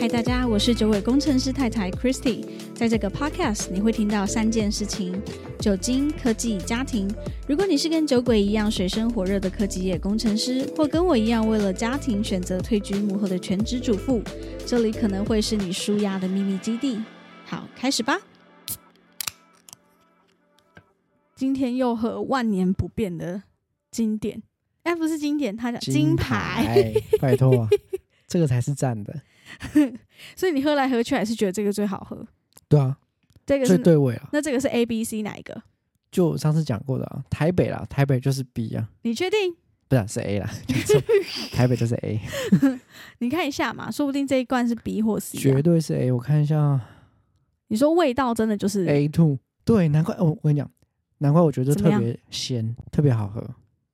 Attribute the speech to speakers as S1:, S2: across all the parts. S1: 嗨，大家，我是九尾工程师太太 Christy。在这个 podcast，你会听到三件事情：酒精、科技、家庭。如果你是跟酒鬼一样水深火热的科技业工程师，或跟我一样为了家庭选择退居幕后的全职主妇，这里可能会是你舒压的秘密基地。好，开始吧。今天又和万年不变的经典，哎，不是经典，它叫金牌。
S2: 牌，拜托、啊， 这个才是赞的。
S1: 所以你喝来喝去还是觉得这个最好喝。
S2: 对啊，
S1: 这个
S2: 最
S1: 是
S2: 对味啊，
S1: 那这个是 A、B、C 哪一个？
S2: 就我上次讲过的啊，台北啦，台北就是 B 啊，
S1: 你确定？
S2: 不是、啊、是 A 啦， 讲错台北就是 A，
S1: 你看一下嘛，说不定这一罐是 B 或 C 啊、
S2: 绝对是 A。我看一下啊
S1: 你说味道真的就是
S2: A two，对，难怪、哦我跟你讲，难怪我觉得
S1: 怎么
S2: 特
S1: 样
S2: 别鲜，特别好喝，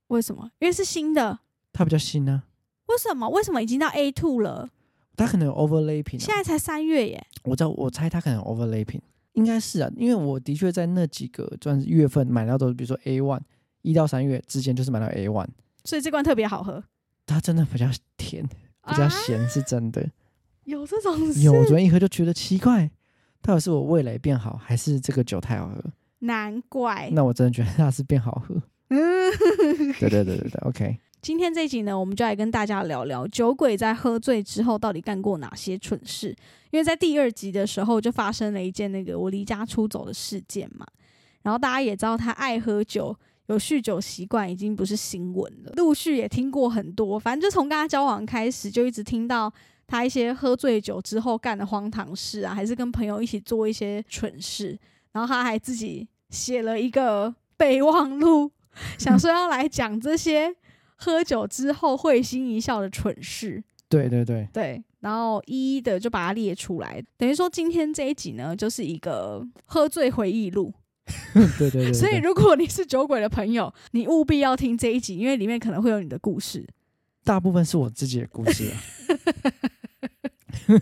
S1: 为什么？因为是新的。
S2: 它比较新啊，
S1: 为什么？为什么已经到 A two 了？
S2: 它可能有 overlapping，、
S1: 现
S2: 啊、
S1: 在才三月耶。
S2: 我知道，我猜它可能有 overlapping，应该是啊，因为我的确在那几个算是月份买到的，比如说 A one 一到三月之间就是买到 A one，
S1: 所以这罐特别好喝。
S2: 它真的比较甜，比
S1: 啊
S2: 较咸是真的。
S1: 有这种事？
S2: 有，我昨天一喝就觉得奇怪，到底是我味蕾变好，还是这个酒太好喝？
S1: 难怪。
S2: 那我真的觉得它是变好 喝。
S1: 嗯，
S2: 对对对对对，OK，
S1: 今天这一集呢，我们就来跟大家聊聊酒鬼在喝醉之后到底干过哪些蠢事。因为在第二集的时候就发生了一件那个我离家出走的事件嘛，然后大家也知道他爱喝酒，有酗酒习惯已经不是新闻了，陆续也听过很多，反正就从跟他交往开始就一直听到。他一些喝醉酒之后干的荒唐事啊，还是跟朋友一起做一些蠢事，然后他还自己写了一个备忘录，想说要来讲这些喝酒之后会心一笑的蠢事。
S2: 对对对，
S1: 对，然后一一的就把它列出来，等于说今天这一集呢，就是一个喝醉回忆录。
S2: 对对对对
S1: 所以
S2: 对
S1: 如果你是酒鬼的朋友，你务必要听这一集，因为里面可能会有你的故事。
S2: 大部分是我自己的故事、啊。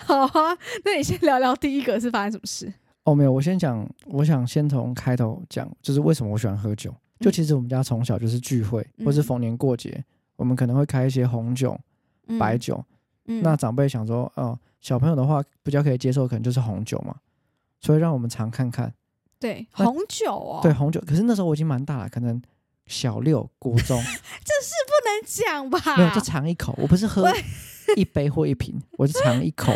S1: 好啊，那你先聊聊第一个是发生什么事？
S2: 哦，没有，我先讲，我想先从开头讲，就是为什么我喜欢喝酒。就其实我们家从小就是聚会，或是
S1: 嗯
S2: 逢年过节，我们可能会开一些红酒、
S1: 嗯
S2: 白，酒，
S1: 嗯
S2: 那长辈想说，哦、小朋友的话比较可以接受，可能就是红酒嘛，所以让我们尝看看。
S1: 对
S2: 那
S1: 红酒哦，
S2: 对，红酒，可是那时候我已经蛮大了，可能小六、国 中
S1: 能讲吧？
S2: 没有，就尝一口。我不是喝
S1: 喂
S2: 一杯或一瓶，我就尝一 口，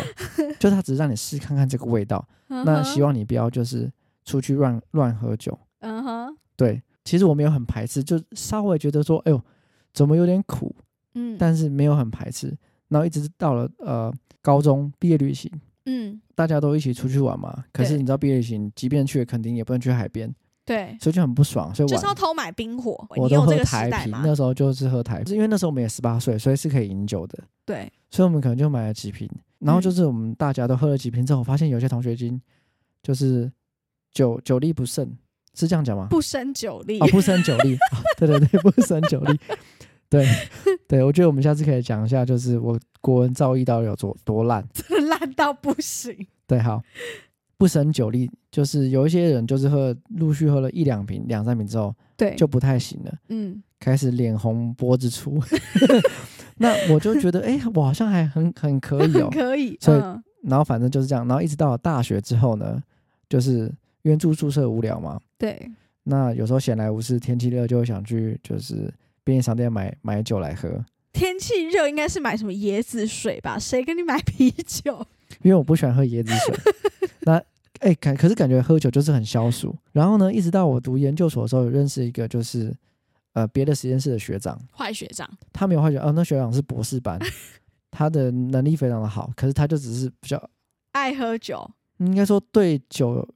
S2: 就他只是让你试看看这个味道。
S1: 嗯哼
S2: 那希，望你不要就是出去乱乱喝酒。
S1: 嗯哼，
S2: 对，其实我没有很排斥，就稍微觉得说，哎呦，怎么有点苦，
S1: 嗯，
S2: 但是没有很排斥。然后一直到了呃高中毕业旅行，
S1: 嗯，
S2: 大家都一起出去玩嘛。可是
S1: 对
S2: 你知道毕业旅行，即便去了垦丁，也不能去海边，
S1: 对，
S2: 所以就很不爽。所以
S1: 就
S2: 晚
S1: 是要偷买冰火，
S2: 我
S1: 你
S2: 都
S1: 有
S2: 喝
S1: 这个时
S2: 台
S1: 代
S2: 啤，
S1: 吗？
S2: 那时候就是喝台啤，因为那时候我们也十八岁，所以是可以饮酒的，
S1: 对，
S2: 所以我们可能就买了几瓶。然后
S1: 嗯
S2: 就是我们大家都喝了几瓶之后，我发现有些同学已经就是酒酒力不胜，是这样讲吗？
S1: 不胜酒力
S2: 哦，，不胜酒力、哦，对对对，不胜酒力，对对，我觉得我们下次可以讲一下，就是我国文造诣到底有多多烂。
S1: 烂到不行。
S2: 对，好，不胜酒力，就是有一些人就是喝陆续喝了一两瓶、两三瓶之后
S1: 对，
S2: 就不太行了。
S1: 嗯，
S2: 开始脸红脖子粗， 那我就觉得，哎、我好像还很很可以哦、
S1: 很可以，
S2: 所以
S1: 嗯
S2: 然后反正就是这样，然后一直到了大学之后呢，就是因为住宿舍无聊嘛，
S1: 对，
S2: 那有时候闲来无事，天气热就会想去就是便利商店买买酒来喝，
S1: 天气热应该是买什么椰子水吧？谁跟你买啤酒？
S2: 因为我不喜欢喝椰子水。那哎，感、可是感觉喝酒就是很消暑。然后呢，一直到我读研究所的时候，有认识一个就是呃别的实验室的学长，
S1: 坏学长，
S2: 他没有幻觉，哦，那学长是博士 班，他的能力非常的好，可是他就只是比较，
S1: 爱喝酒，
S2: 应该说对酒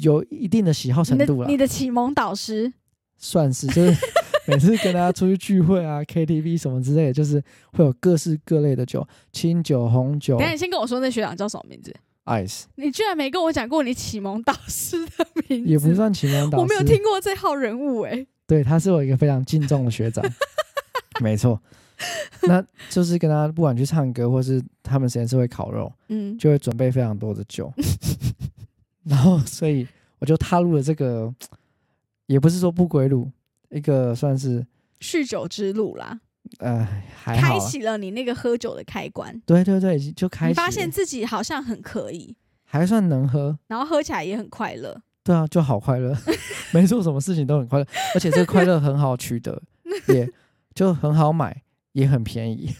S2: 有一定的喜好
S1: 你
S2: 程
S1: 的
S2: 度啦
S1: 你，的启蒙导师，
S2: 算是就是每次跟大家出去聚 会啊、KTV 什么之类的，就是会有各式各类的酒，清酒、红酒
S1: 等一、下你先跟我说那学长叫什么名字？
S2: ice，
S1: 你居然没跟我讲过你启蒙导师的名字，
S2: 也不，算情感导师，
S1: 我没有听过这号人物哎、
S2: 对，他是我一个非常敬重的 学长，没错。那就是跟他不管去唱歌，或是他们实验室会烤肉，
S1: 嗯，
S2: 就会准备非常多的酒， 然后所以我就踏入了这个，也不是说不归路，一个算是
S1: 酗酒之路啦，
S2: 呃还好
S1: 开
S2: 啊，
S1: 启了你那个喝酒的开关，
S2: 对对对，就开
S1: 你
S2: 始
S1: 发现自己好像很可以，
S2: 还算能喝，
S1: 然后喝起来也很快乐。
S2: 对啊，就好快乐， 没做什么事情都很快乐，而且这个快乐很好 取得，也就很好买，也很便宜。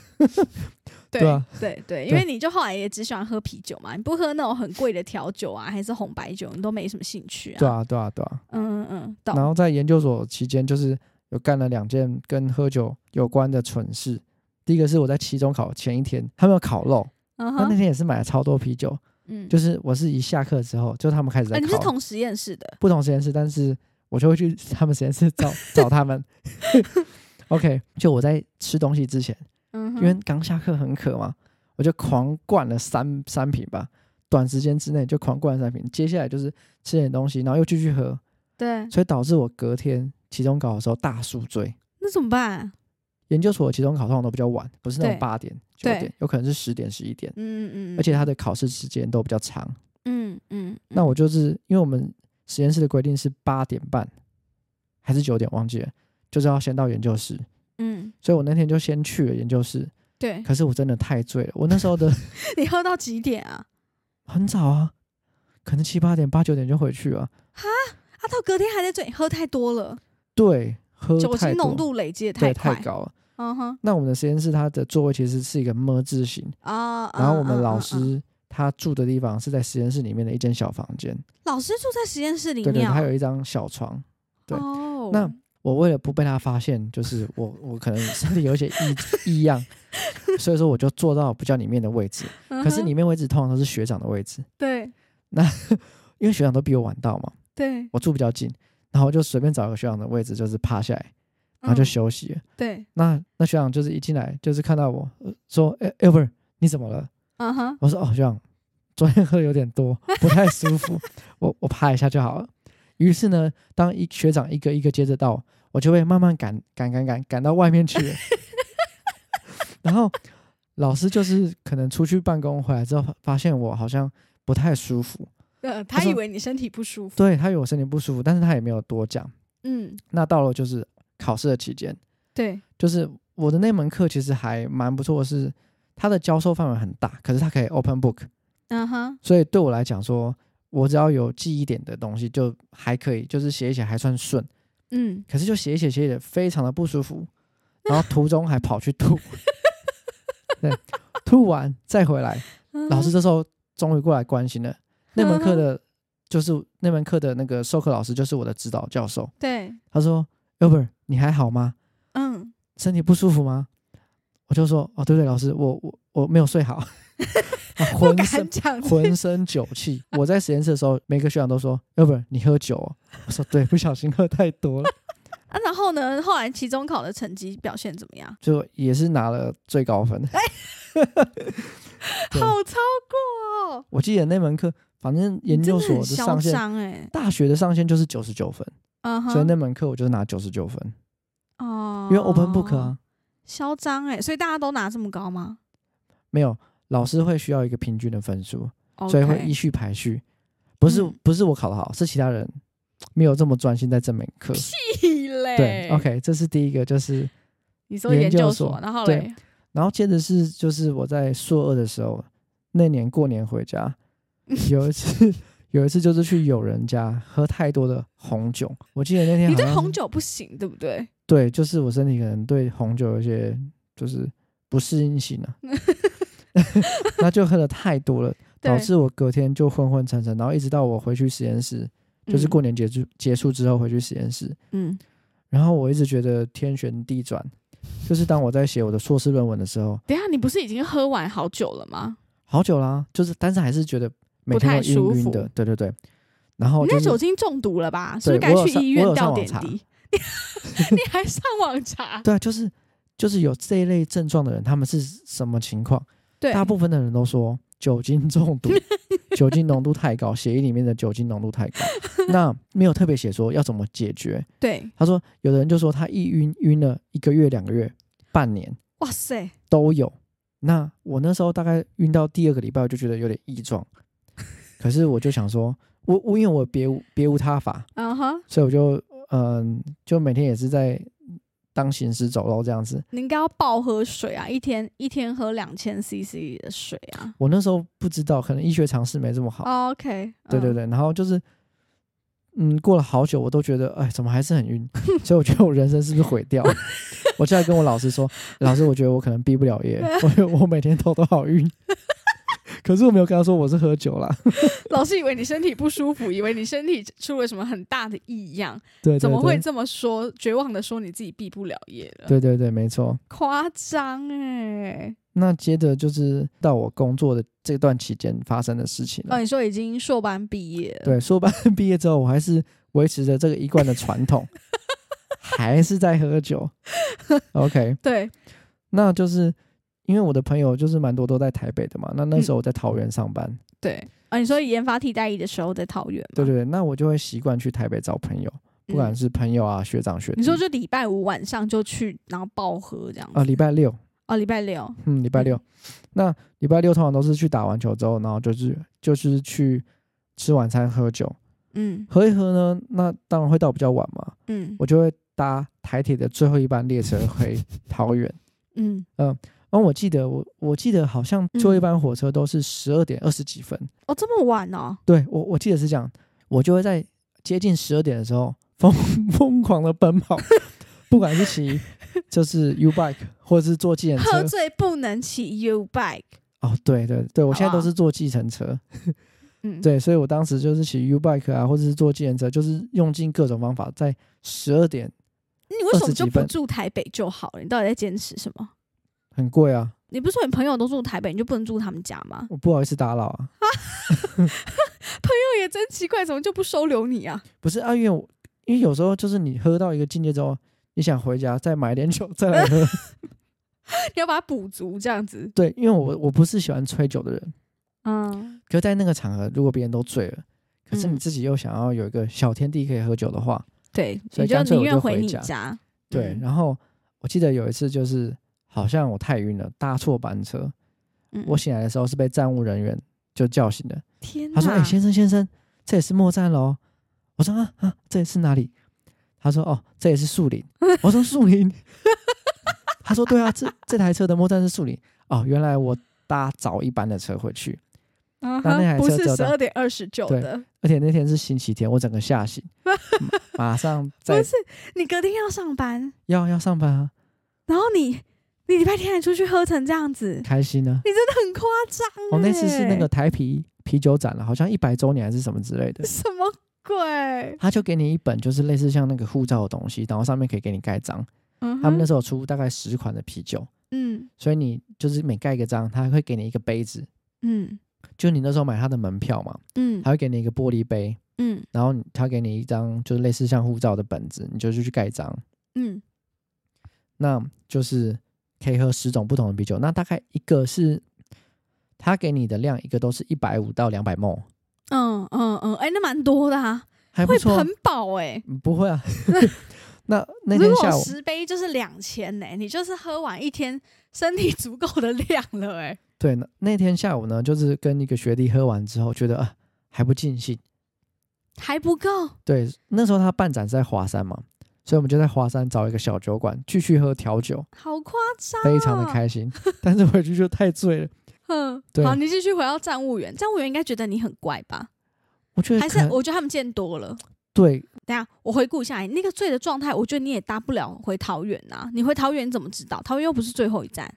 S1: 对
S2: 对啊
S1: 对对，因为你就后来也只喜欢喝啤酒嘛，你不喝那种很贵的调酒啊，还是红白酒，你都没什么兴趣啊。
S2: 对啊，对啊，对啊。
S1: 嗯嗯嗯，懂。
S2: 然后在研究所期间，就是有干了两件跟喝酒有关的蠢事。第一个是我在期中考前一天，他们有烤肉，
S1: 嗯
S2: 那那
S1: 哼，
S2: 天也是买了超多啤酒。
S1: 嗯，
S2: 就是我是一下课之后，就他们开始
S1: 啊，
S2: 在
S1: 你们是
S2: 烤，
S1: 同实验室的，
S2: 不同实验室，但是我就会去他们实 验室找找他们。OK，就我在吃东西之前，
S1: 嗯
S2: 因
S1: 哼，
S2: 为刚下课很渴嘛，我就狂灌了三三瓶吧，短时间之内就狂灌了三瓶。接下来就是吃点东西，然后又继续
S1: 嗯
S2: 喝，
S1: 对，
S2: 所以导致我隔天期中考的时候大宿醉。
S1: 那怎么办？啊
S2: 研究所的期中考通常都比较晚，不是那种
S1: 对
S2: 八点九点
S1: 对，
S2: 有可能是十点十一点，
S1: 嗯嗯嗯，
S2: 而且它的考试时间都比较长。
S1: 嗯，嗯嗯，
S2: 那我就是因为我们实验室的规定是八点半还是九点忘记了，就是要先到研究室，
S1: 嗯，
S2: 所以我那天就先去了研究室。
S1: 对，
S2: 可是我真的太醉了，我那时候的
S1: 你喝到几点啊？
S2: 很早啊，可能七八点八九点就回去啊。
S1: 啊，到隔天还在醉，喝太多了，
S2: 对，喝
S1: 酒
S2: 太
S1: 精
S2: 多
S1: 浓度累积的快
S2: 对太。高了。
S1: 嗯哼，
S2: 那我们的实验室它的座位其实是一个么字形，
S1: 啊，
S2: 然后我们
S1: 嗯
S2: 老，
S1: 嗯嗯嗯
S2: 师他住的地方是在实验室里面的一间小房间，
S1: 老师住在实验室里
S2: 对对，
S1: 面啊，
S2: 他有一张小床。对
S1: 哦，
S2: 那我为了不被他发现，就是我我可能身体有一些异异样，所以说我就坐到比较里面的位置。
S1: 可
S2: 可是里面位置通常都是学长的位置，
S1: 嗯对
S2: 因为学长都比我晚到嘛，
S1: 对，
S2: 我住比较近，然后我就随便找个学长的位置，就是趴下来，然后就
S1: 嗯
S2: 休息了。
S1: 对，
S2: 那那学长就是一进来就是看到我呃说：“哎、欸、，Albert，你怎么了？”
S1: 嗯哼，
S2: 我说哦，这样，昨天喝有点多，不太舒服， 我我趴一下就好了。于是呢，当一学长一个一个接着到，我就会慢慢赶赶赶赶赶到外面去了。 然后老师就是可能出去办公回来之后，发发现我好像不太舒服，
S1: 呃，
S2: 他
S1: 他
S2: 说
S1: 以为你身体不舒服，
S2: 对他有身体不舒服，但是他也没有多讲。
S1: 嗯，
S2: 那到了就是考试的期间，
S1: 对，
S2: 就是我的那门课其实还蛮不错的是，它的教授范围很大，可是它可以 open book，
S1: 嗯哼，
S2: 所以对我来讲说，我只要有记忆点的东西就还可以，就是写一写还算顺。
S1: 嗯，
S2: 可是就写一写写一写，非常的不舒服，然后途中还跑 去吐，对，吐完再回来，老师
S1: 嗯
S2: 这时候终于过来关心了。那门课的，就是那门课的那个授课老师就是我的指导教授，
S1: 对，
S2: 他说：“Albert，你还好吗？
S1: 嗯，
S2: 身体不舒服吗？”我就说：“哦，对对，老师，我我我没有 睡好，啊
S1: 不
S2: 浑身
S1: 敢讲，
S2: 浑身酒 气。我在实验室的时候，每个学长都说：“要不然你喝酒、哦。”我说：“对，不小心喝太多了。
S1: 啊，然后呢，后来期中考的成绩表现怎么样”？
S2: 就也是拿了最高分。
S1: 哎
S2: 对
S1: 好超过哦，
S2: 我记得那门课，反正研究所的
S1: 你真的
S2: 上
S1: 很嚣
S2: 限，
S1: 张哎，
S2: 大学的上限就是九十九分，
S1: 嗯哼，
S2: 所以那门课我就拿九十九分，
S1: 哦
S2: 因，为 open book，啊，
S1: 嚣张哎，所以大家都拿这么高吗？
S2: 没有老师会需要一个平均的分数，所以会
S1: OK
S2: 依序排序。不是
S1: 嗯
S2: 不是我考得好，是其他人没有这么专心在这门课。
S1: 屁嘞，
S2: 对，OK，这是第一个，就是
S1: 你说
S2: 研
S1: 研
S2: 究
S1: 究
S2: 所
S1: 所，然后
S2: 对
S1: 嘞，
S2: 然后接着是就是我在硕二的时候，那年过年 回家，有一次有一次就是去友人家喝太多的红酒，我记得那天
S1: 你
S2: 好
S1: 对
S2: 像
S1: 红
S2: 是
S1: 酒不行，对不对？
S2: 对，就是我身体可能对红酒有一些就是不适应 性啊，那就喝的太多了，导
S1: 对，
S2: 致我隔天就昏昏沉沉，然后一直到我回去实验室，就是
S1: 嗯
S2: 过，年结束结束之后回去实验室，
S1: 嗯
S2: 然后我一直觉得天旋地转，就是当我在写我的硕士论文的时候。
S1: 等一下，你不是已经喝完好酒了吗？
S2: 好久啦、就是但是还是觉得每
S1: 不
S2: 天
S1: 太
S2: 都晕晕
S1: 舒
S2: 的
S1: 服，
S2: 对对对。然后
S1: 你
S2: 哦就
S1: 那酒
S2: 是
S1: 精中毒了吧？是不是
S2: 对
S1: 该
S2: 我有
S1: 去
S2: 上
S1: 医
S2: 我
S1: 院
S2: 有上
S1: 吊
S2: 网
S1: 点
S2: 查
S1: 滴？ 你还上网 查？
S2: 对啊，就是就是有这一类症状的人，他们是什么情况？
S1: 对，
S2: 大部分的人都说酒精中 毒，酒精浓度太高，血液里面的酒精浓度 太高。那没有特别写说要怎么解决。
S1: 对，
S2: 他说，有的人就说他一晕晕了一个月、两个月、半年
S1: 哇塞，
S2: 都有。那我那时候大概晕到第二个礼拜，我就觉得有点异状，可是我就想说，我我因为我别无别无他法，呃
S1: 嗯哼，
S2: 所以我就嗯、就每天也是在当行尸走肉这样子。
S1: 你应该要暴喝水啊，一天一天喝两千 CC 的水啊。
S2: 我那时候不知道，可能医学常识没这么好。
S1: 哦 OK，
S2: 对对
S1: 嗯，
S2: 对，然后就是，嗯，过了好久，我都觉得，哎，怎么还是很晕？ 所以我觉得我人生是不是毁掉了？ 我就要跟我老师说，老师，我觉得我可能毕不了业， 我我每天头都好晕。 可是我没有跟他说我是喝酒啦，
S1: 老师以为你身体不舒服，以为你身体出了什么很大的异样，
S2: 对对对，
S1: 怎么会这么说？绝望的说你自己毕不了业了，
S2: 对对对，没错。
S1: 夸张哎！
S2: 那接着就是到我工作的这段期间发生的事情了。
S1: 哦，你说已经硕班毕业了，
S2: 对，硕班 毕业之后，我还是维持着这个一贯的传 统，还是在喝酒。OK，
S1: 对，
S2: 那就是因为我的朋友就是蛮多都在台北的嘛，那那时候我在桃园上班，
S1: 对，啊，你说研发替代役的时候在桃园嘛，
S2: 对对对，那我就会习惯去台北找朋友，不管
S1: 嗯
S2: 是朋友啊、学长学弟，
S1: 你说就礼拜五晚上就去，然后暴喝这样子
S2: 啊，礼拜六，
S1: 哦，礼拜六，
S2: 嗯，礼拜六，那礼拜六通常都是去打完球之后，然后就是就是去吃晚餐喝酒，
S1: 嗯
S2: 喝一喝呢，那当然会到比较晚嘛，
S1: 嗯
S2: 我就会搭台铁的最后一班列车回桃园。
S1: 嗯，
S2: 然后我记得我我记得好像最后一班火车都是十二点二十几分，
S1: 哦，这么晚哦，
S2: 对我我记得是这样，我就会在接近十二点的时候疯疯狂的奔跑， 不管是 骑就是 U bike 或者是坐计程
S1: 喝
S2: 车。
S1: 醉不能骑 U bike，
S2: 哦，对对对，我现在
S1: 好啊
S2: 都是坐计程车，
S1: 嗯，，
S2: 对，所以我当时就是骑 U bike 啊，或者是坐计程车，就是用尽各种方法，在十二点
S1: 你为什么
S2: 20
S1: 就
S2: 几
S1: 不
S2: 分
S1: 住台北就好了？你到底在坚持什么？
S2: 很贵啊，
S1: 你不是说你朋友都住台北，你就不能住他们家吗？
S2: 我不好意思打扰啊。
S1: 朋友也真奇怪，怎么就不收留你啊？
S2: 不是啊，因为我因为有时候就是你喝到一个境界之后，你想回家再买点酒再来喝。
S1: 你要把它补足这样子，
S2: 对，因为我我不是喜欢吹酒的人，
S1: 嗯
S2: 可是在那个场合，如果别人都醉了，可是
S1: 嗯
S2: 你自己又想要有一个小天地可以喝酒的话，
S1: 对，
S2: 所
S1: 你
S2: 以干脆
S1: 宁
S2: 我
S1: 愿
S2: 就
S1: 回
S2: 回
S1: 你
S2: 家
S1: 家。
S2: 对。
S1: 嗯，
S2: 然后我记得有一次就是好像我太晕了，搭错班车，
S1: 嗯
S2: 我醒来的时候是被站务人员就叫醒的，
S1: 天哪，
S2: 他说：“哎、先生先生，这也是末站喽。”我说：“啊啊，这里是哪里？”他说：“哦，这也是 树林。”我说：“树林。” 他说：“对啊，这这台车的末站是树林。哦，原来我搭早一班的车回去，
S1: 嗯
S2: 那那
S1: 哼
S2: 台
S1: 不
S2: 车
S1: 是
S2: 只有
S1: 十
S2: 到
S1: 二点二十九
S2: 对
S1: 的，
S2: 而且那天是星期天，我整个 吓醒，马马上
S1: 不
S2: 在
S1: 是你隔天要上班，
S2: 要要上班啊，
S1: 然后你你礼拜天还出去喝成这样子，
S2: 开心啊。
S1: 你真的很夸张、欸。。
S2: 哦，那次是那个台啤啤酒展了，好像一百周年还是什么之类的
S1: 什么鬼？
S2: 他就给你一本，就是类似像那个护照的东西，然后上面可以给你盖章。
S1: 嗯哼，
S2: 他们那时候出大概十款的啤酒，
S1: 嗯
S2: 所以你就是每盖一个章，他会给你一个杯子，
S1: 嗯
S2: 就你那时候买他的门票嘛，
S1: 嗯
S2: 他会给你一个玻璃杯，
S1: 嗯
S2: 然后你他给你一张就是类似像护照的本子，你就去盖章，
S1: 嗯
S2: 那就是可以喝十种不同的啤酒，那大概一个是他给你的量，一个都是一百五到两百沫，
S1: 嗯嗯嗯，哎、那蛮多的啊，
S2: 还不
S1: 会
S2: 错啊
S1: 很，饱哎、
S2: 嗯 不会啊。那那
S1: 如
S2: 天
S1: 果
S2: 下午，
S1: 十杯就是两千呢，你就是喝完一天，身体足够的量了哎、
S2: 对，那那天下午呢，就是跟一个学弟喝完之后，觉得啊还不尽兴，
S1: 还不够。
S2: 对，那时候他办展是在华山嘛，所以我们就在华山找一个小酒馆继续喝调酒，
S1: 好夸张、
S2: 非常的。开心。 但是回去就太醉了，
S1: 嗯，
S2: 对
S1: 好，你继续回到站务员，站务员应该觉得你很乖吧？
S2: 我觉得
S1: 还
S2: 可
S1: 是
S2: 能
S1: 我觉得他们见多了。
S2: 对
S1: 等一下，我回顾一下哎你那个醉的状态，我觉得你也搭不了回桃园啊。你回桃园你怎么知道？桃园又不是最后一 站。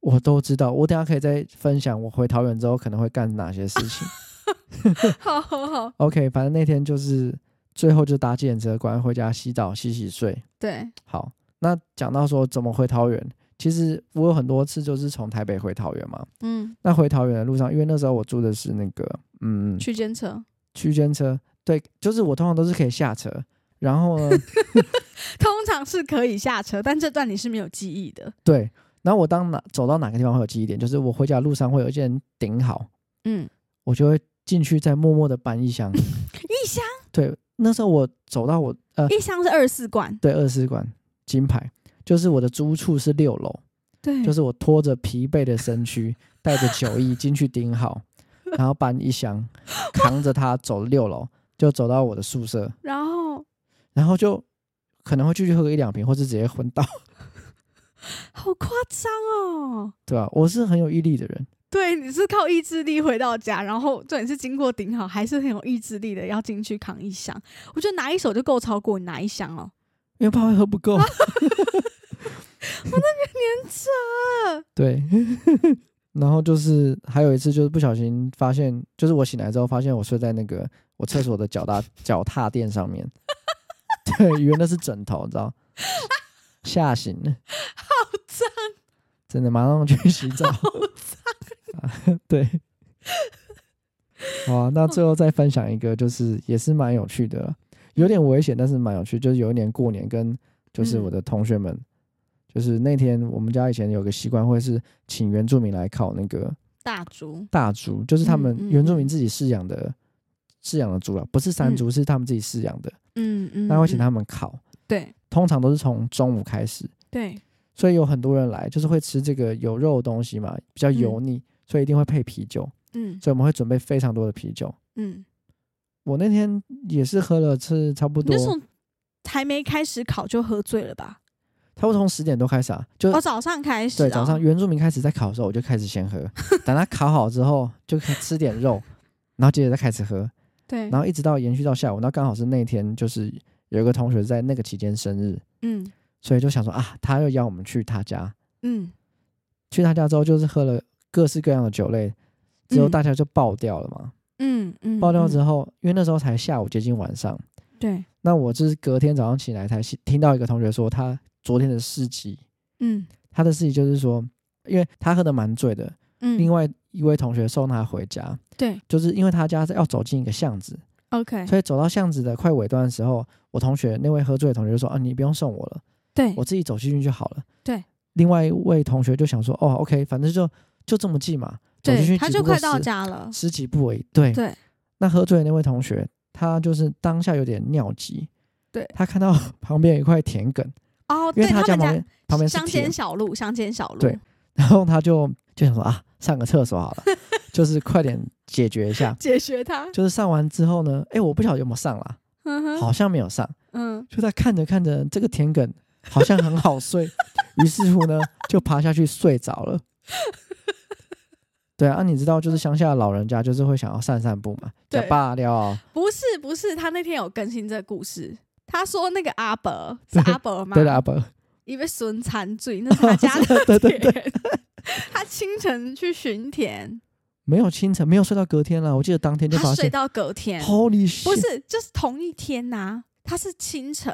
S2: 我都知道。我等一下可以再分享我回桃园之后可能会干哪些事情。
S1: 好好好，
S2: OK，反正那天就是最后就搭计程车，果然回家洗澡洗洗睡。
S1: 对，
S2: 好，那讲到说怎么回桃园，其实我有很多次就是从台北回桃园嘛。
S1: 嗯，
S2: 那回桃园的路上，因为那时候我住的是那个嗯
S1: 区间车，
S2: 区间车，对，就是我通常都是可以下车，然后呢，
S1: 通常是可以下车，但这段你是没有记忆的。
S2: 对，然后我当哪走到哪个地方会有记忆点，就是我回家的路上会有一些人顶好，
S1: 嗯，
S2: 我就会进去再默默的搬一箱。
S1: 一箱
S2: 对，那时候我走到我呃，
S1: 一箱是二十四罐，
S2: 对，二十馆金牌，就是我的租处是六楼，
S1: 对，
S2: 就是我拖着疲惫的身躯，带着酒意进去顶好，然后搬一箱，扛着它走六楼，就走到我的宿舍，
S1: 然后
S2: 然后就可能会继续喝个一两瓶，或是直接昏倒，
S1: 好夸张哦！
S2: 对吧、我是很有毅力的人，
S1: 对，你是靠意志力回到家，然后重点是经过顶好，还是很有意志力的，要进去扛一箱。我觉得拿一手就够超过你拿一箱哦了，
S2: 因为怕会喝不 够。
S1: 很扯。
S2: 对， 然后就是还有一次，就是不小心发现，就是我醒来之后发现我睡在那个我厕所的脚踏脚踏垫上面， 对，以为那是枕头，你知道，吓醒了，好
S1: 脏，
S2: 真的马上去洗澡， 对。好啊，那最后再分享一个，就是也是蛮有趣的啦，有点危险，但是蛮有趣。就是有一年过年跟就是我的同学们，就是那天我们家以前有个习惯，会是请原住民来烤那个
S1: 大竹，
S2: 大猪，就是他们
S1: 嗯嗯
S2: 原住民自己饲养的、饲养的猪了，不是山猪，是他们自己饲养的。
S1: 嗯嗯，
S2: 那会请
S1: 嗯
S2: 他们烤，
S1: 对
S2: 通常都是从中午开始，
S1: 对，
S2: 所以有很多人来，就是会吃这个有肉的东西嘛，比较油腻，所以一定会配啤酒，
S1: 嗯
S2: 所以我们会准备非常多的啤酒。
S1: 嗯，
S2: 我那天也是喝了，是差不
S1: 你
S2: 多
S1: 那，时候还没开始烤就喝醉了吧？
S2: 差不多从十点多开始啊，就、
S1: 哦，早上开始、啊，
S2: 对早上原住民开始在烤的时候，我就开始先喝， 等它烤好之后就可以吃点肉，然后接着再开始喝，
S1: 对，
S2: 然后一直到延续到下午，然后刚好是那天就是有一个同学在那个期间生日，
S1: 嗯
S2: 所以就想说啊，他又邀我们去他家，
S1: 嗯，
S2: 去他家之后就是喝了各式各样的酒类，之后
S1: 嗯
S2: 大家就爆掉了嘛，
S1: 嗯嗯，
S2: 爆掉之
S1: 后，
S2: 后，因为那时候才下午接近晚上，
S1: 对，
S2: 那我就是隔天早上起来才听到一个同学说他昨天的事迹，
S1: 嗯
S2: 他的事迹就是说，因为他喝的蛮醉的，
S1: 嗯，
S2: 另外一位同学送他回家，
S1: 对
S2: 就是因为他家是要走进一个巷子，
S1: ，OK，
S2: 所以走到巷子的快尾端的时候，我同学那位喝醉的同学就说：“啊，你不用送我了，
S1: 对，
S2: 我自己走进去就好了。”
S1: 对。
S2: 另外一位同学就想说：“哦，OK，反正就就这么近嘛，走进去
S1: 对，他
S2: 只
S1: 就
S2: 不过
S1: 快到
S2: 十
S1: 家了，
S2: 十几步而已。”对。
S1: 对，
S2: 那喝醉的那位同学，他就是当下有点尿急。
S1: 对
S2: 他看到旁边有一块田埂，
S1: 哦，
S2: 因
S1: 对
S2: 为他
S1: 们
S2: 家旁
S1: 家
S2: 边旁边是
S1: 乡
S2: 田
S1: 间，小路，乡间小路，
S2: 对，然后他就就想说啊，上个厕所好 了，就是快点解决一下。
S1: 解决他，
S2: 就是上完之后呢，哎、我不晓得有没有上啦，
S1: 嗯哼，
S2: 好像没有上。
S1: 嗯，
S2: 就他看着看着，这个田埂好像很好 睡，于是乎呢，就爬下去睡着了。对啊，啊你知道，就是乡下的老人家就是会想要散散步嘛，
S1: 对
S2: 讲罢了。
S1: 不是不是，他那天有更新这个故事，他说那个阿伯 是
S2: 对
S1: 阿伯吗？
S2: 对的，阿啊伯，
S1: 因为孙馋嘴，那是他 家的
S2: 对对对，
S1: 田， 他清晨去巡田，
S2: 没有清晨，没有睡到隔天了。我记得当天就
S1: 他
S2: 发
S1: 睡
S2: 现
S1: 到隔天，
S2: ，Holy shit！
S1: 不，是，就是同一天呐、他是清晨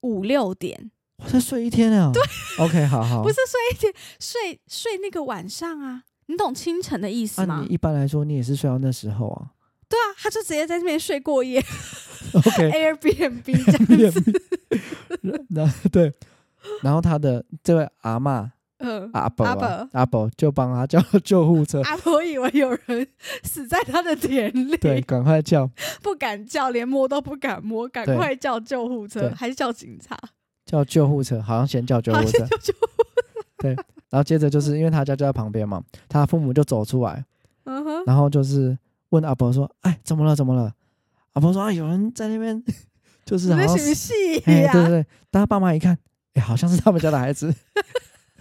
S1: 五六点，
S2: 我才睡一天啊。对，OK，好好。
S1: 不是睡一天，睡睡那个晚上啊，你懂清晨的意思
S2: 啊，
S1: 吗
S2: 你？一般来说你也是睡到那时候 啊。
S1: 对啊，他就直接在这边睡过 夜哎
S2: OK，
S1: ，Airbnb 这样
S2: 面
S1: 子，
S2: 壁然后对，然后他的这位阿嬷
S1: 嗯。
S2: 阿伯
S1: 阿
S2: 啊
S1: 伯
S2: 阿伯就帮他叫救护车，
S1: 阿婆啊以为有人死在他的田里，
S2: 对，赶快叫
S1: 不敢叫，连摸都不敢摸，赶
S2: 对
S1: 快叫救护车，
S2: 对
S1: 还是叫警察？
S2: 叫救护车，好像先叫救护
S1: 好
S2: 车
S1: 像，就就，
S2: 然后接着就是因为他家就在旁边嘛，他父母就走出来，
S1: 嗯哼，
S2: 然后就是问阿伯说：“哎，怎么了？怎么了？”阿伯说：“啊，有人在那边， 就是
S1: 你
S2: 好
S1: 在
S2: 像
S1: 什么
S2: 是，
S1: 戏
S2: 哎，
S1: 呀、
S2: 对对对，但他爸妈一看，哎，好像是他们家的 孩子，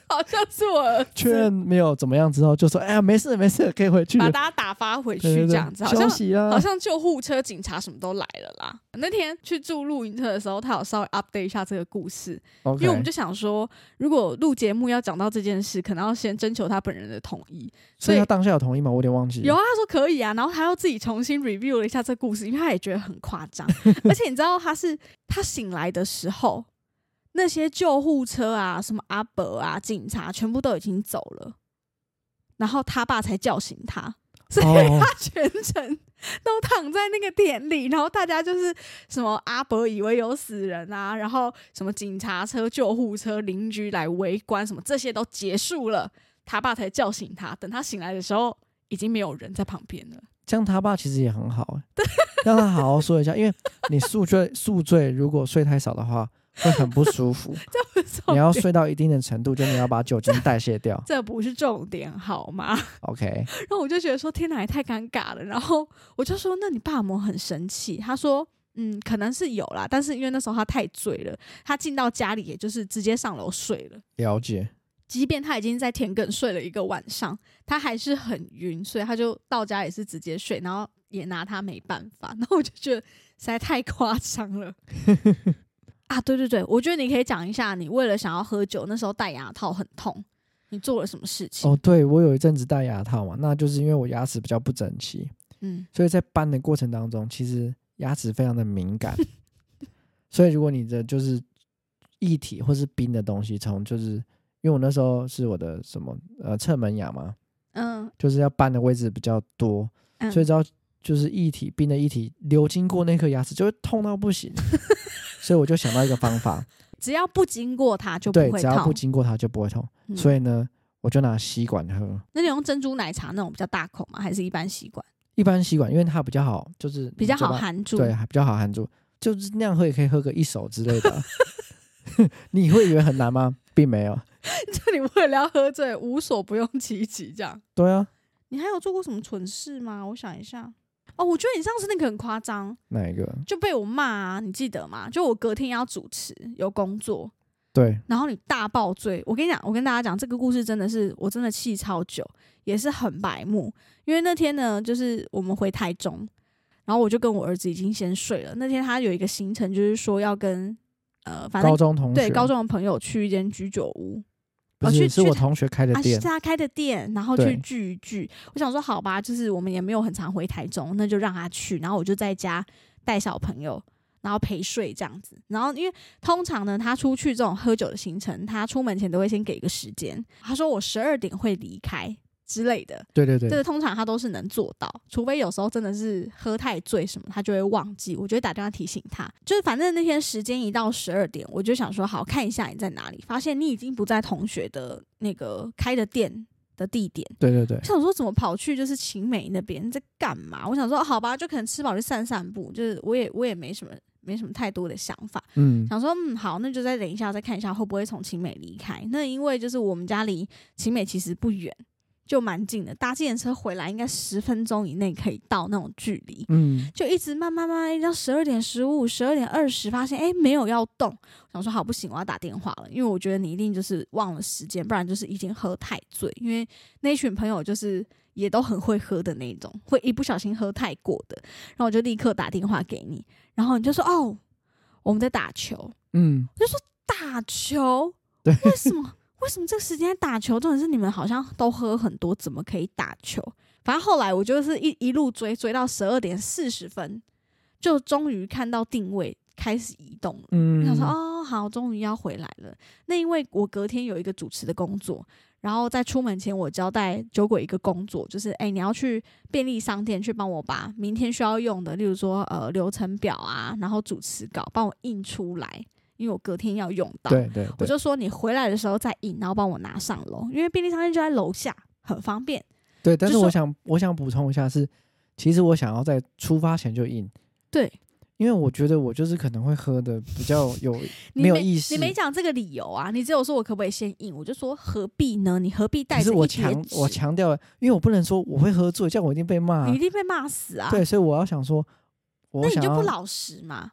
S1: 好像是我儿
S2: 确
S1: 子，
S2: 认没有怎么样之后，就说：哎呀，没事没事，可以回去
S1: 把
S2: 了。”
S1: 大家打发回
S2: 对
S1: 去
S2: 对
S1: 这
S2: 对
S1: 样子，，好
S2: 休
S1: 像
S2: 息啊
S1: 好，像救护车、警察什么都来了啦。那天去住露营车的时候，他有稍微 update 一下这个故事，
S2: 因
S1: 因为我们就想说，如果录节目要讲到这件事，可能要先征求他本人的同意。
S2: 所
S1: 所
S2: 以
S1: 以
S2: 他当下有同意吗？我有点忘记了。
S1: 有啊，他说可以啊，然后他又自己重新 review 了一下这故事，因为他也觉得很夸张。而且你知道，他是他醒来的时候，那些救护车啊、什么阿伯啊、警察全部都已经走了，然后他爸才叫醒他，所以
S2: 哦
S1: 他全程都躺在那个田里，然后大家就是什么阿伯以为有死人啊，然后什么警察车、救护车、邻居来围观，什么这些都结束了，他爸才叫醒他。等他醒来的时候，已经没有人在旁边了。
S2: 这样他爸其实也很好、欸，让他好好说一下，因为你宿醉宿醉如果睡太少的话会很不舒服，
S1: 这不是重
S2: 你要
S1: 点
S2: 睡到一定的程度，就你要把酒精代谢掉。
S1: 这不是重点好吗？
S2: OK，
S1: 然后我就觉得说，天哪，也太尴尬了。然后我就说，那你爸有没有很生气？他说嗯，可能是有啦，但是因为那时候他太醉了，他进到家里也就是直接上楼睡了。
S2: 了解，
S1: 即便他已经在田埂睡了一个晚上，他还是很晕，所以他就到家也是直接睡，然后也拿他没办法。 然后我就觉得实在太夸张 了。啊，对对对，我觉得你可以讲一下，你为了想要喝酒，那时候戴牙套很痛，你做了什么事情？
S2: 哦，对我有一阵子戴牙套嘛，那就是因为我牙齿比较不整齐，
S1: 嗯，
S2: 所以在搬的过程当中，其实牙齿非常的敏感，所以如果你的就是液体或是冰的东西从就是，因为我那时候是我的什么呃侧门牙嘛，
S1: 嗯
S2: 就是要搬的位置比较多，
S1: 嗯
S2: 所以只要就是液体冰的液体流经过那颗牙齿，就会痛到 不行。所以我就想到一个方法，
S1: 只要不经过它 就不
S2: 对，
S1: 会
S2: 只要
S1: 痛
S2: 不。经过它就不会痛。
S1: 嗯
S2: 所以呢，我就拿吸管喝，
S1: 那你用珍珠奶茶那种比较大口吗？还是一般吸管
S2: 一般吸管因为它比较好，嗯就是
S1: 比较
S2: 你嘴
S1: 好
S2: 巴
S1: 含住？
S2: 对，还比较好含住，就是那样喝也可以喝个一手之类 的啊。你会以为很难吗？并没有。
S1: 就你为了要喝醉，无所不用其极这样。
S2: 对啊，
S1: 你还有做过什么蠢事吗？我想一下。哦，我觉得你上次那个很夸张，
S2: 哪一个？
S1: 就被我骂啊，你记得吗？就我隔天要主持，有工作，
S2: 对，
S1: 然后你大爆醉。我跟你讲，我跟大家讲，这个故事真的是我真的气超久，也是很白目。因为那天呢，就是我们回台中，然后我就跟我儿子已经先睡了。那天他有一个行程，就是说要跟呃，反
S2: 高
S1: 正
S2: 中同学，
S1: 对高中的朋友去一间居酒屋，
S2: 不
S1: 哦去
S2: 是是
S1: 去
S2: 我同学开的
S1: 啊，是
S2: 店，
S1: 他开的店，然后去
S2: 对
S1: 聚一聚。我想说，好吧，就是我们也没有很常回台中，那就让他去。然后我就在家带小朋友，然后陪睡这样子。然后因为通常呢，他出去这种喝酒的行程，他出门前都会先给一个时间，他说我十二点会离开之类的。
S2: 对对对
S1: 这个通常他都是能做到，除非有时候真的是喝太醉什么，他就会忘记。我就会打电话提醒他，就是反正那天时间一到十二点，我就想说好看一下你在哪里，发现你已经不在同学的那个开的店的地点。
S2: 对对对
S1: 我，想说怎么跑去就是晴美那边你在干嘛？我想说哦好吧，就可能吃饱就散散步，就是我也我也没什么没什么太多的想法，
S2: 嗯，
S1: 想说，嗯，好，那就再等一下，再看一下会不会从晴美离开。那因为就是我们家离晴美其实不远，就蛮近的，搭自行车回来应该十分钟以内可以到那种距离。
S2: 嗯，
S1: 就一直慢慢慢慢，一直到十二点十五、十二点二十，发现哎、诶没有要动，想说好不行，我要打电话了，因为我觉得你一定就是忘了时间，不然就是已经喝太醉。因为那群朋友就是也都很会喝的那种，会一不小心喝太过的。然后我就立刻打电话给你，然后你就说哦，我们在打球，
S2: 嗯，
S1: 打球？
S2: 对
S1: 为什么？为什么这个时间在打球？重点是你们好像都喝很多，怎么可以打球？反正后来我就是一一路追追到十二点四十分，就终于看到定位开始移动了。我
S2: 嗯，
S1: 想说，哦，好，终于要回来了。那因为我隔天有一个主持的工作，然后在出门前我交代酒鬼一个工作，就是哎、你要去便利商店去帮我把明天需要用的，例如说呃流程表啊，然后主持稿帮我印出来，因为我隔天要用到。
S2: 对对
S1: 我
S2: 对，
S1: 就说你回来的时候再印，然后帮我拿上楼，因为便利商店就在楼下，很方便。
S2: 对，但
S1: 就是说
S2: 我想我想补充一下是，其实我想要在出发前就印，
S1: 对
S2: 因为我觉得我就是可能会喝的比较有
S1: 你
S2: 没有
S1: 没
S2: 意识，
S1: 你没讲这个理由啊，你只有说我可不可以先印，我就说何必呢？你何必 带
S2: 可
S1: 着
S2: 是我
S1: 一叠
S2: 强
S1: 纸
S2: 我强调了，因为我不能说我会喝醉，这样我一定被骂啊、
S1: 你一定被骂死啊！
S2: 对，所以我要想说，
S1: 那
S2: 我
S1: 你
S2: 想
S1: 就不
S2: 要
S1: 老实嘛？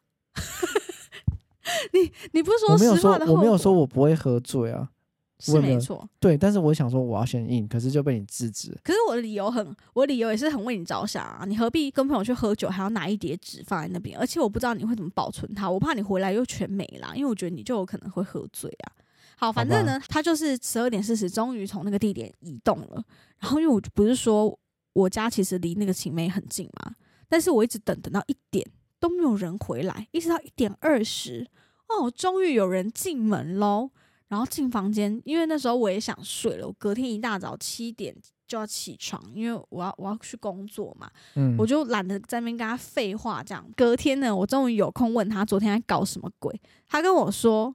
S1: 你你不是说
S2: 我没有
S1: 实
S2: 说
S1: 话的
S2: 我没有
S1: 后
S2: 说
S1: 果
S2: 我不会喝醉啊，我
S1: 是
S2: 也没
S1: 没
S2: 有
S1: 错，
S2: 对，但是我想说我要先硬，可是就被你制止。
S1: 可是我的理由很，我的理由也是很为你着想啊！你何必跟朋友去喝酒，还要拿一叠纸放在那边？而且我不知道你会怎么保存它，我怕你回来又全没啦，因为我觉得你就有可能会喝醉啊。好，反正呢，他就是十二点四十，终于从那个地点移动了。然后因为我不是说我家其实离那个晴美很近嘛，但是我一直等等到一点都没有人回来，一直到一点二十，哦，终于有人进门喽。然后进房间，因为那时候我也想睡了，我隔天一大早七点就要起床，因为我要我要去工作嘛，
S2: 嗯，
S1: 我就懒得在那边跟他废话。这样，隔天呢，我终于有空问他昨天在搞什么鬼。他跟我说：“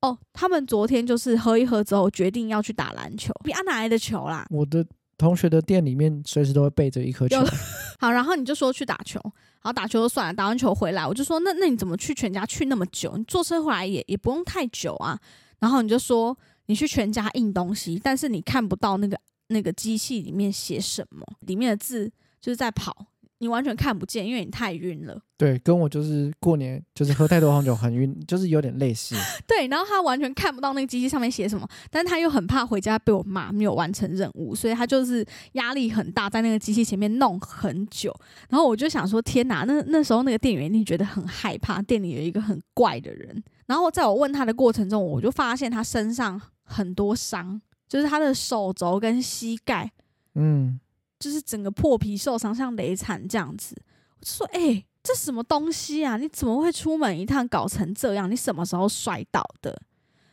S1: 哦，他们昨天就是喝一喝之后，决定要去打篮球。比啊哪来的球啦？
S2: 我的同学的店里面随时都会备着一颗球
S1: 有， 好，然后你就说去打球，然后打球就算了，打完球回来，我就说那那你怎么去全家去那么久？你坐车回来也也不用太久啊。然后你就说你去全家印东西，但是你看不到那个那个机器里面写什么，里面的字就是在跑，你完全看不见，因为你太晕了。
S2: 对，跟我就是过年就是喝太多红酒很晕，就是有点类 似。
S1: 对，然后他完全看不到那个机器上面写什么，但是他又很怕回家被我骂没有完成任务，所以他就是压力很大，在那个机器前面弄很久。然后我就想说，天哪，那那时候那个店员一定觉得很害怕，店里有一个很怪的人。然后在我问他的过程中，我就发现他身上很多伤，就是他的手肘跟膝盖，
S2: 嗯，
S1: 就是整个破皮受伤，像雷惨这样子。我就说，哎、这什么东西啊？你怎么会出门一趟搞成这样？你什么时候摔倒的？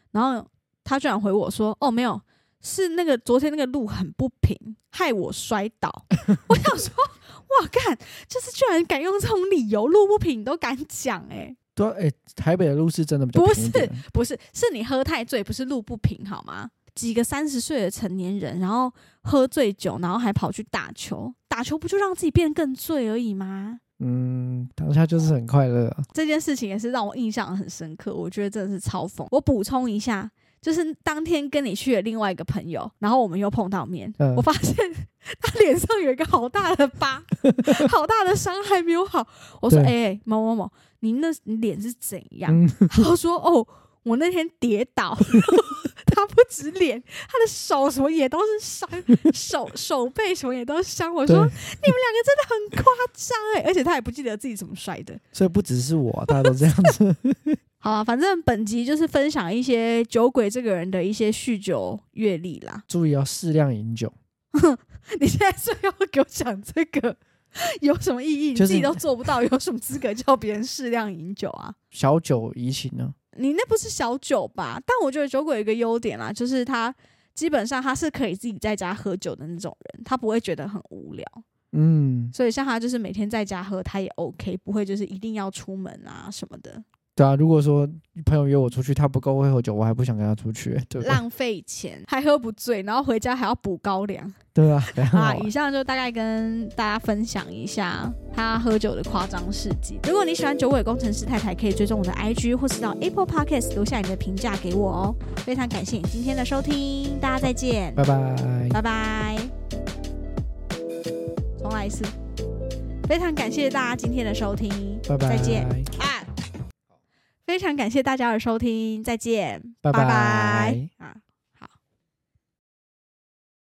S1: 然后他居然回我说：“哦，没有，是那个昨天那个路很不平，害我摔倒。” 我想说，哇，干，就是居然敢用这种理由，路不平你都敢讲、欸，
S2: 对啊，哎、台北的路是真的比较
S1: 不
S2: 平一
S1: 是
S2: 点
S1: 不是，是你喝太醉，不是路不平好吗？几个三十岁的成年人，然后喝醉酒，然后还跑去打球，打球不就让自己变得更醉而已吗？
S2: 嗯，当下就是很快乐、啊。
S1: 这件事情也是让我印象很深刻，我觉得真的是嘲讽。我补充一下，就是当天跟你去的另外一个朋友，然后我们又碰到面，
S2: 嗯
S1: 我发现他脸上有一个好大的疤，好大的伤还没有好。我说：“哎、
S2: 对
S1: 欸某某某，你那你脸是怎样？”
S2: 嗯，
S1: 他说：“哦，我那天跌倒， 他不止脸，他的手什么也都是伤，手手背什么也都是伤。”我说：“
S2: 对
S1: 你们两，个真的很夸张哎！”而且他也不记得自己怎么摔的。
S2: 所以不只是我，大家都这样子。
S1: 好啊，反正本集就是分享一些酒鬼这个人的一些酗酒阅历啦。
S2: 注意要适量饮酒，
S1: 你现在最后给我讲这个 有什么意义？
S2: 就是
S1: 你自己都做不到，有什么资格叫别人适量饮酒啊？
S2: 小酒怡情啊呢、
S1: 你那不是小酒吧？但我觉得酒鬼有一个优点啦，就是他基本上他是可以自己在家喝酒的那种人，他不会觉得很无聊。
S2: 嗯，
S1: 所以像他就是每天在家喝，他也 OK，不会就是一定要出门啊什么的，
S2: 对啊。如果说朋友约我出去，他不够会喝酒，我还不想跟他出去，对不对？
S1: 浪费钱，还喝不醉，然后回家还要补高粱。
S2: 对啊，很好
S1: 啊，
S2: 玩
S1: 以上就大概跟大家分享一下他喝酒的夸张事迹。如果你喜欢酒鬼工程师太太，可以追踪我的 IG 或是到 Apple Podcast 留下你的评价给我哦。非常感谢你今天的收听，大家再见，
S2: 拜拜。
S1: 拜拜。重来一次，非常感谢大家今天的收听，
S2: 拜拜，
S1: 再见啊！非常感谢大家的收听，再见，
S2: 拜
S1: 拜拜啊。